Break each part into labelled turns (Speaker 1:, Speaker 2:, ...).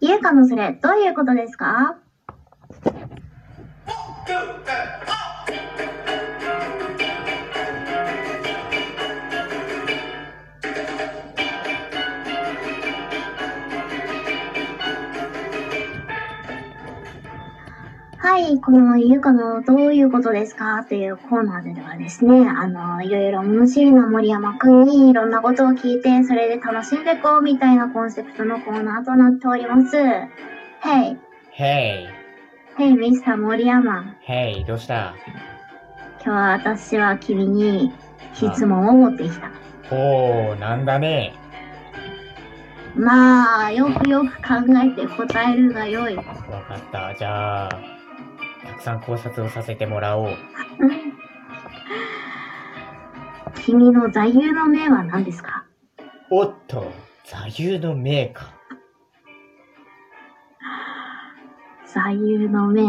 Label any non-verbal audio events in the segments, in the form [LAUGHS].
Speaker 1: ゆうかのそれ、どういうことですかはい、このゆうかのどういうことですかというコーナーではですね、あの、いろいろ物知りな森山くんにいろんなことを聞いて、それで楽しんでこうみたいなコンセプトのコーナーとなっております。Hey,
Speaker 2: Hey,
Speaker 1: hey, Mr. 森山。
Speaker 2: Hey, どうした
Speaker 1: 今日は私は君に質問を持ってきた。
Speaker 2: おー、なんだね。
Speaker 1: まあ、よくよく考えて答えるがよい。
Speaker 2: わかった。じゃあ、たくさん考察をさせてもらおう。
Speaker 1: 君の座右の銘は何ですか
Speaker 2: おっと、座右の銘か。
Speaker 1: 座右の銘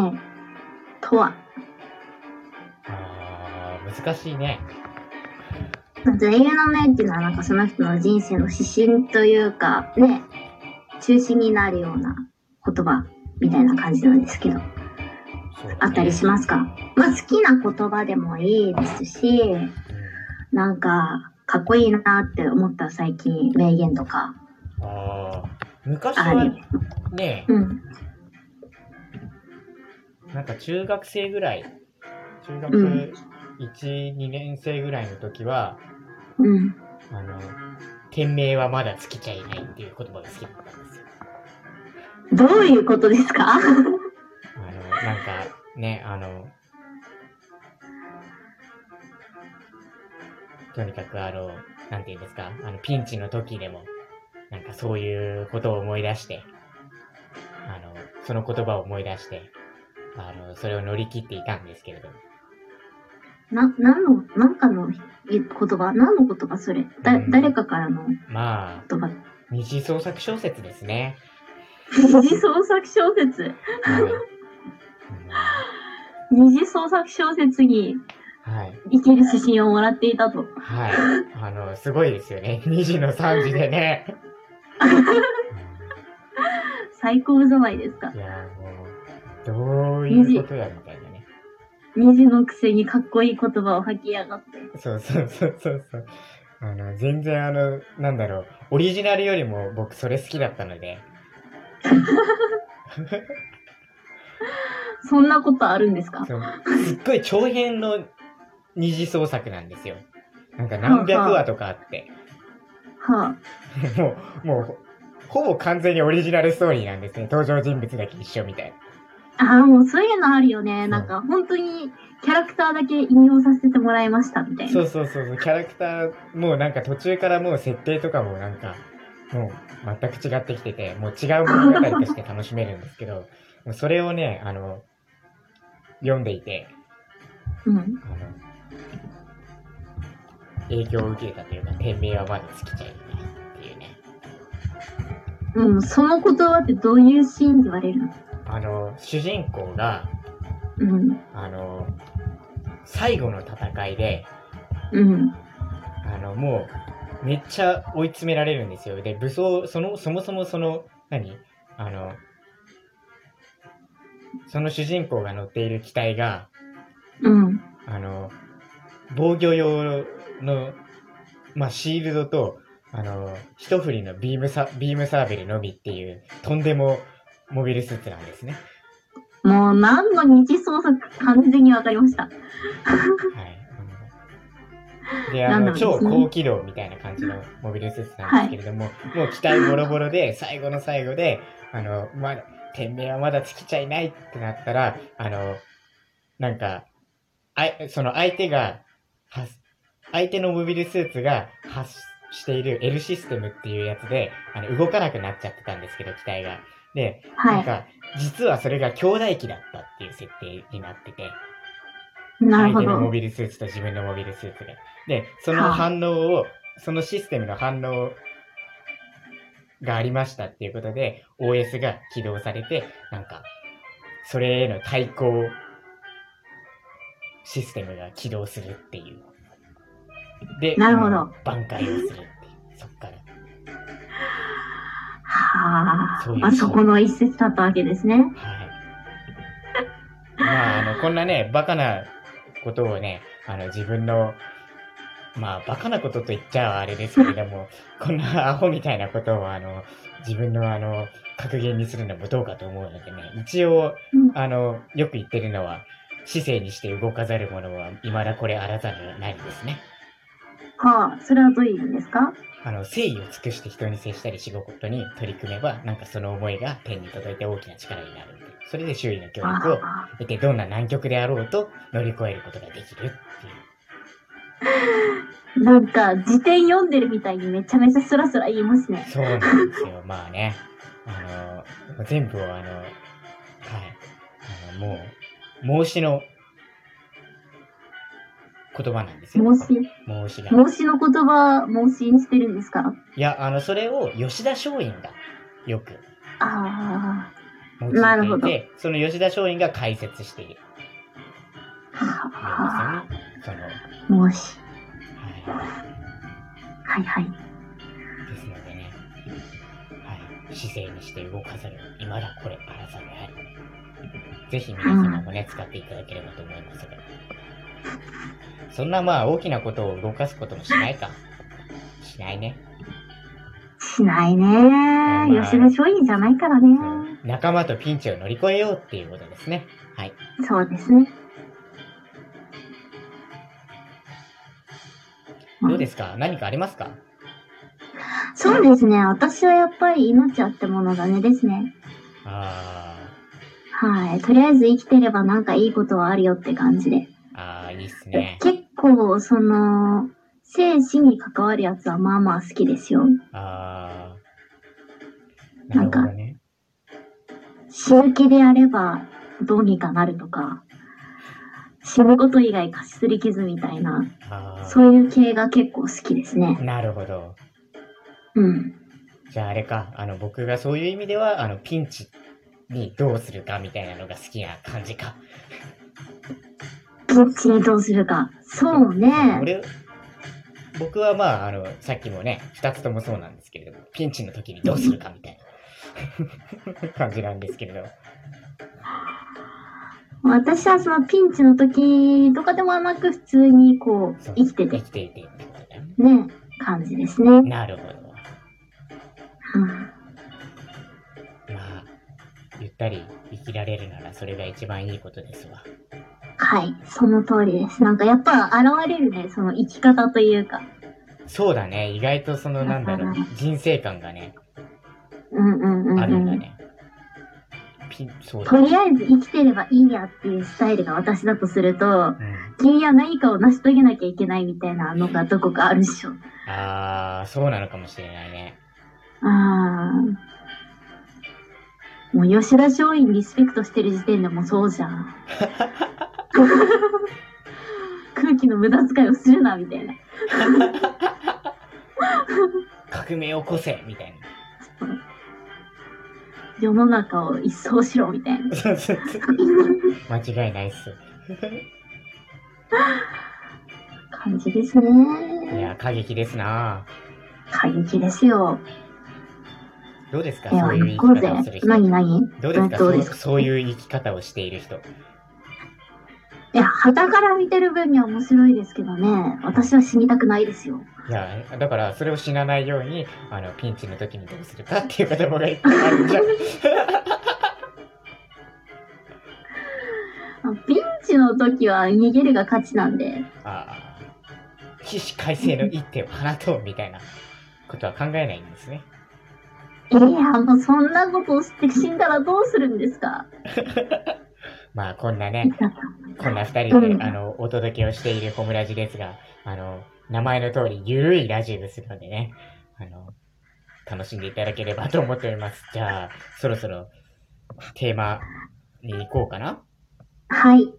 Speaker 1: とは
Speaker 2: あー、難しいね。
Speaker 1: 座右の銘っていうのはなんかその人の人生の指針というかね中心になるような言葉みたいな感じなんですけど
Speaker 2: そうだね
Speaker 1: あったりしますかまあ好きな言葉でもいいですしなんかかっこいいなって思った最近名言とか
Speaker 2: うん、あー、昔
Speaker 1: あ
Speaker 2: は
Speaker 1: れ
Speaker 2: ね、
Speaker 1: うん
Speaker 2: なんか中学生ぐらい、中学
Speaker 1: うん
Speaker 2: 1、2年生ぐらいの時は、
Speaker 1: うん
Speaker 2: あの、店名はまだつけちゃいないっていう言葉が好きだったんですよ。
Speaker 1: どういうことですか [LAUGHS]
Speaker 2: あの、なんか、ね、あの、とにかくあの、なんていうんですか、あの、ピンチの時でも、なんかそういうことを思い出して、あの、その言葉を思い出して、あの、それを乗り切っていたんですけれど、
Speaker 1: な何の何かの言葉何の言葉それだ
Speaker 2: うん
Speaker 1: 誰かからの
Speaker 2: まあ、
Speaker 1: 言葉
Speaker 2: 二次創作小説ですね。
Speaker 1: 二次創作小説
Speaker 2: はい。うん
Speaker 1: 二次創作小説に
Speaker 2: はい。
Speaker 1: 生きる指針をもらっていたと。
Speaker 2: はい。あの、すごいですよね。二次の三次でね。
Speaker 1: 最高じゃないですか
Speaker 2: い。やーもう、どういうことやみたいなね。
Speaker 1: 虹のくせにかっこいい言葉を吐きやがって。
Speaker 2: そうそうそうそうそう。あの、全然あの、なんだろう、オリジナルよりも僕それ好きだったので、
Speaker 1: そんなことあるんですか
Speaker 2: そうすっごい長編の二次創作なんですよ。なんか何百話とかあって、
Speaker 1: は
Speaker 2: もう、もう、ほぼ完全にオリジナルストーリーなんですね。登場人物だけ一緒みたいな。
Speaker 1: あ。ああ、もうそういうのあるよね。なんか本当にキャラクターだけ引用させてもらいましたみたい
Speaker 2: そ
Speaker 1: な。
Speaker 2: うそうそうそう、キャラクター、もうなんか途中からもう設定とかもなんか、もう全く違ってきてて、もう違う物語として楽しめるんですけど、もうそれをね、あの、読んでいて、
Speaker 1: うん。
Speaker 2: あの、影響を受けたというか、店名はまだ尽きちゃいないっていうね。
Speaker 1: うん、その言葉ってどういうシーンで言われるの
Speaker 2: あの、主人公が、
Speaker 1: うん。
Speaker 2: あの、最後の戦いで、
Speaker 1: うん。
Speaker 2: あの、もう、めっちゃ追い詰められるんですよ。で、武装、その、そもそもその、何あの、その主人公が乗っている機体が、
Speaker 1: うん。
Speaker 2: あの、防御用の、まあ、シールドと、あの、一振りのビームサ、ビームサーベルのみっていう、とんでもモビルスーツなんですね。
Speaker 1: もう何の二次創作完全にわかりました。
Speaker 2: はい。で、あ
Speaker 1: なんだ
Speaker 2: の、
Speaker 1: ろう
Speaker 2: 超
Speaker 1: ですね
Speaker 2: 高機動みたいな感じのモビルスーツなんですけれども、もう機体ボロボロで、最後の最後で、あの、まだ、天命はまだ尽きちゃいないってなったら、あの、なんか、あいその相手が、は相手のモビルスーツが発している L システムっていうやつで、あの動かなくなっちゃってたんですけど、機体が。で、
Speaker 1: は
Speaker 2: なん
Speaker 1: い。
Speaker 2: か、実はそれが兄弟機だったっていう設定になってて、
Speaker 1: なるほ
Speaker 2: 相手のモ
Speaker 1: ど。
Speaker 2: ビルスーツと自分のモビルスーツが。で、そ
Speaker 1: は
Speaker 2: の
Speaker 1: あ
Speaker 2: 反応を、そのシステムの反応がありましたっていうことで、OS が起動されて、なんか、それへの対抗システムが起動するっていう。で、
Speaker 1: なるほど
Speaker 2: あの挽回をするっていう。そっから。
Speaker 1: はあ。
Speaker 2: そういう
Speaker 1: まあ、そこの一節だったわけですね。
Speaker 2: はい。まあ、あの、こんなね、バカなことをね、あの、自分の、まあ、バカなことと言っちゃあれですけれども、 [LAUGHS] こんなアホみたいなことを、あの、自分の、あの、格言にするのもどうかと思うのでね、一応
Speaker 1: うん、
Speaker 2: あの、よく言ってるのは、姿勢にして動かざる者は、未だこれあらざるなりですね。
Speaker 1: はあ、それはどういう意味ですか
Speaker 2: あの、誠意を尽くして人に接したり仕事に取り組めば、なんかその思いが天に届いて大きな力になるんで、それで周囲の協力を
Speaker 1: あ
Speaker 2: 得てどんな難局であろうと乗り越えることができるっていう。
Speaker 1: あなんか、辞典読んでるみたいにめちゃめちゃスラスラ言いますね。
Speaker 2: そうなんです
Speaker 1: [LAUGHS]
Speaker 2: よ。まあね。あの、全部をあの、はい。あの、もう、孟子の言葉なんですよ。
Speaker 1: 孟子、
Speaker 2: 孟子が。
Speaker 1: 孟子の言葉、孟子にしてるんですか
Speaker 2: いや、あの、それを吉田松陰がよく
Speaker 1: あ
Speaker 2: 用
Speaker 1: なるほ
Speaker 2: い
Speaker 1: ど
Speaker 2: ていて、その吉田松陰が解説しているんです
Speaker 1: あ、はあ、
Speaker 2: よね。その、
Speaker 1: 孟子。
Speaker 2: はい。
Speaker 1: はいはい。
Speaker 2: ですのでね、はい、姿勢にして動かざる、今だこれ、あらざるあり。ぜひ皆様もね、使っていただければと思いますが。そんなまあ、大きなことを動かすこともしないか。しないね。
Speaker 1: しないね。
Speaker 2: まあ
Speaker 1: 吉田松陰じゃないからね。
Speaker 2: 仲間とピンチを乗り越えようっていうことですね。はい。
Speaker 1: そうですね。
Speaker 2: どうですか何かありますか
Speaker 1: そうですね。私はやっぱり命あってものだねですね。
Speaker 2: あ
Speaker 1: はい。とりあえず生きてればなんかいいことはあるよって感じで。
Speaker 2: ー、あー、いいっすね。
Speaker 1: 結構、その、生死に関わるやつはまあまあ好きですよ。
Speaker 2: あー。なるほどね。
Speaker 1: 死ぬ気でやればどうにかなるとか、死ぬこと以外貸しすり傷みたいな、
Speaker 2: あー。
Speaker 1: そういう系が結構好きですね。
Speaker 2: なるほど。
Speaker 1: うん。
Speaker 2: じゃああれか、あの僕がそういう意味では、あのピンチにどうするかみたいなのが好きな感じか。
Speaker 1: ピンチにどうするか。そうね。
Speaker 2: 俺僕はまあ、あの、さっきもね、二つともそうなんですけれども、ピンチの時にどうするかみたいな感じなんですけれど。
Speaker 1: 私はそのピンチの時とかでもなく普通にこう
Speaker 2: そう
Speaker 1: 生きて
Speaker 2: 生
Speaker 1: て
Speaker 2: きていてってことだね。
Speaker 1: ね、感じですね。うん
Speaker 2: なるほど。まあ、ゆったり生きられるならそれが一番いいことですわ。
Speaker 1: はい、その通りです。なんかやっぱ現れるね、その生き方というか。
Speaker 2: そうだね、意外とそのなんだろう、人生観がね、
Speaker 1: うんうんうん、
Speaker 2: あるん
Speaker 1: う
Speaker 2: だ
Speaker 1: ん。
Speaker 2: ね。ピン、そうだ
Speaker 1: とりあえず生きてればいいやっていうスタイルが私だとすると、
Speaker 2: うん
Speaker 1: 君は何かを成し遂げなきゃいけないみたいなのがどこかあるっしょ。
Speaker 2: ああ、そうなのかもしれないね。
Speaker 1: あーもう吉田松陰リスペクトしてる時点でもうそうじゃん。空気の無駄遣いをするなみたいな。
Speaker 2: 革命を起こせみたい
Speaker 1: 世の中を一掃しろみたいな。
Speaker 2: な。間違いないっす。
Speaker 1: 感じですね。
Speaker 2: いや、過激ですな
Speaker 1: 過激ですよ。
Speaker 2: どうですか
Speaker 1: で
Speaker 2: そ
Speaker 1: は
Speaker 2: ういう
Speaker 1: 行こ
Speaker 2: 生
Speaker 1: う
Speaker 2: き
Speaker 1: ぜ
Speaker 2: 方をする。人。
Speaker 1: 何何
Speaker 2: どうですか
Speaker 1: ど
Speaker 2: そうう
Speaker 1: ですか
Speaker 2: そういう生き方をしている人。
Speaker 1: いや、旗から見てる分には面白いですけどね、私は死にたくないですよ。
Speaker 2: いや、だから、それを死なないように、あの、ピンチの時にどうするかっていう言葉がいっぱいある
Speaker 1: [LAUGHS]
Speaker 2: じゃん。
Speaker 1: あピンチの時は逃げるが勝ちなんで、
Speaker 2: ああ。起死回生の一手を放とうみたいなことは考えないんですね。
Speaker 1: いや、もうそんなことをして死んだらどうするんですか
Speaker 2: まあ、こんなね、こんな二人で、
Speaker 1: うん
Speaker 2: あの、お届けをしているホムラジですが、あの、名前の通り、ゆるいラジオですのでね、あの、楽しんでいただければと思っております。じゃあ、そろそろ、テーマに行こうかな。
Speaker 1: はい、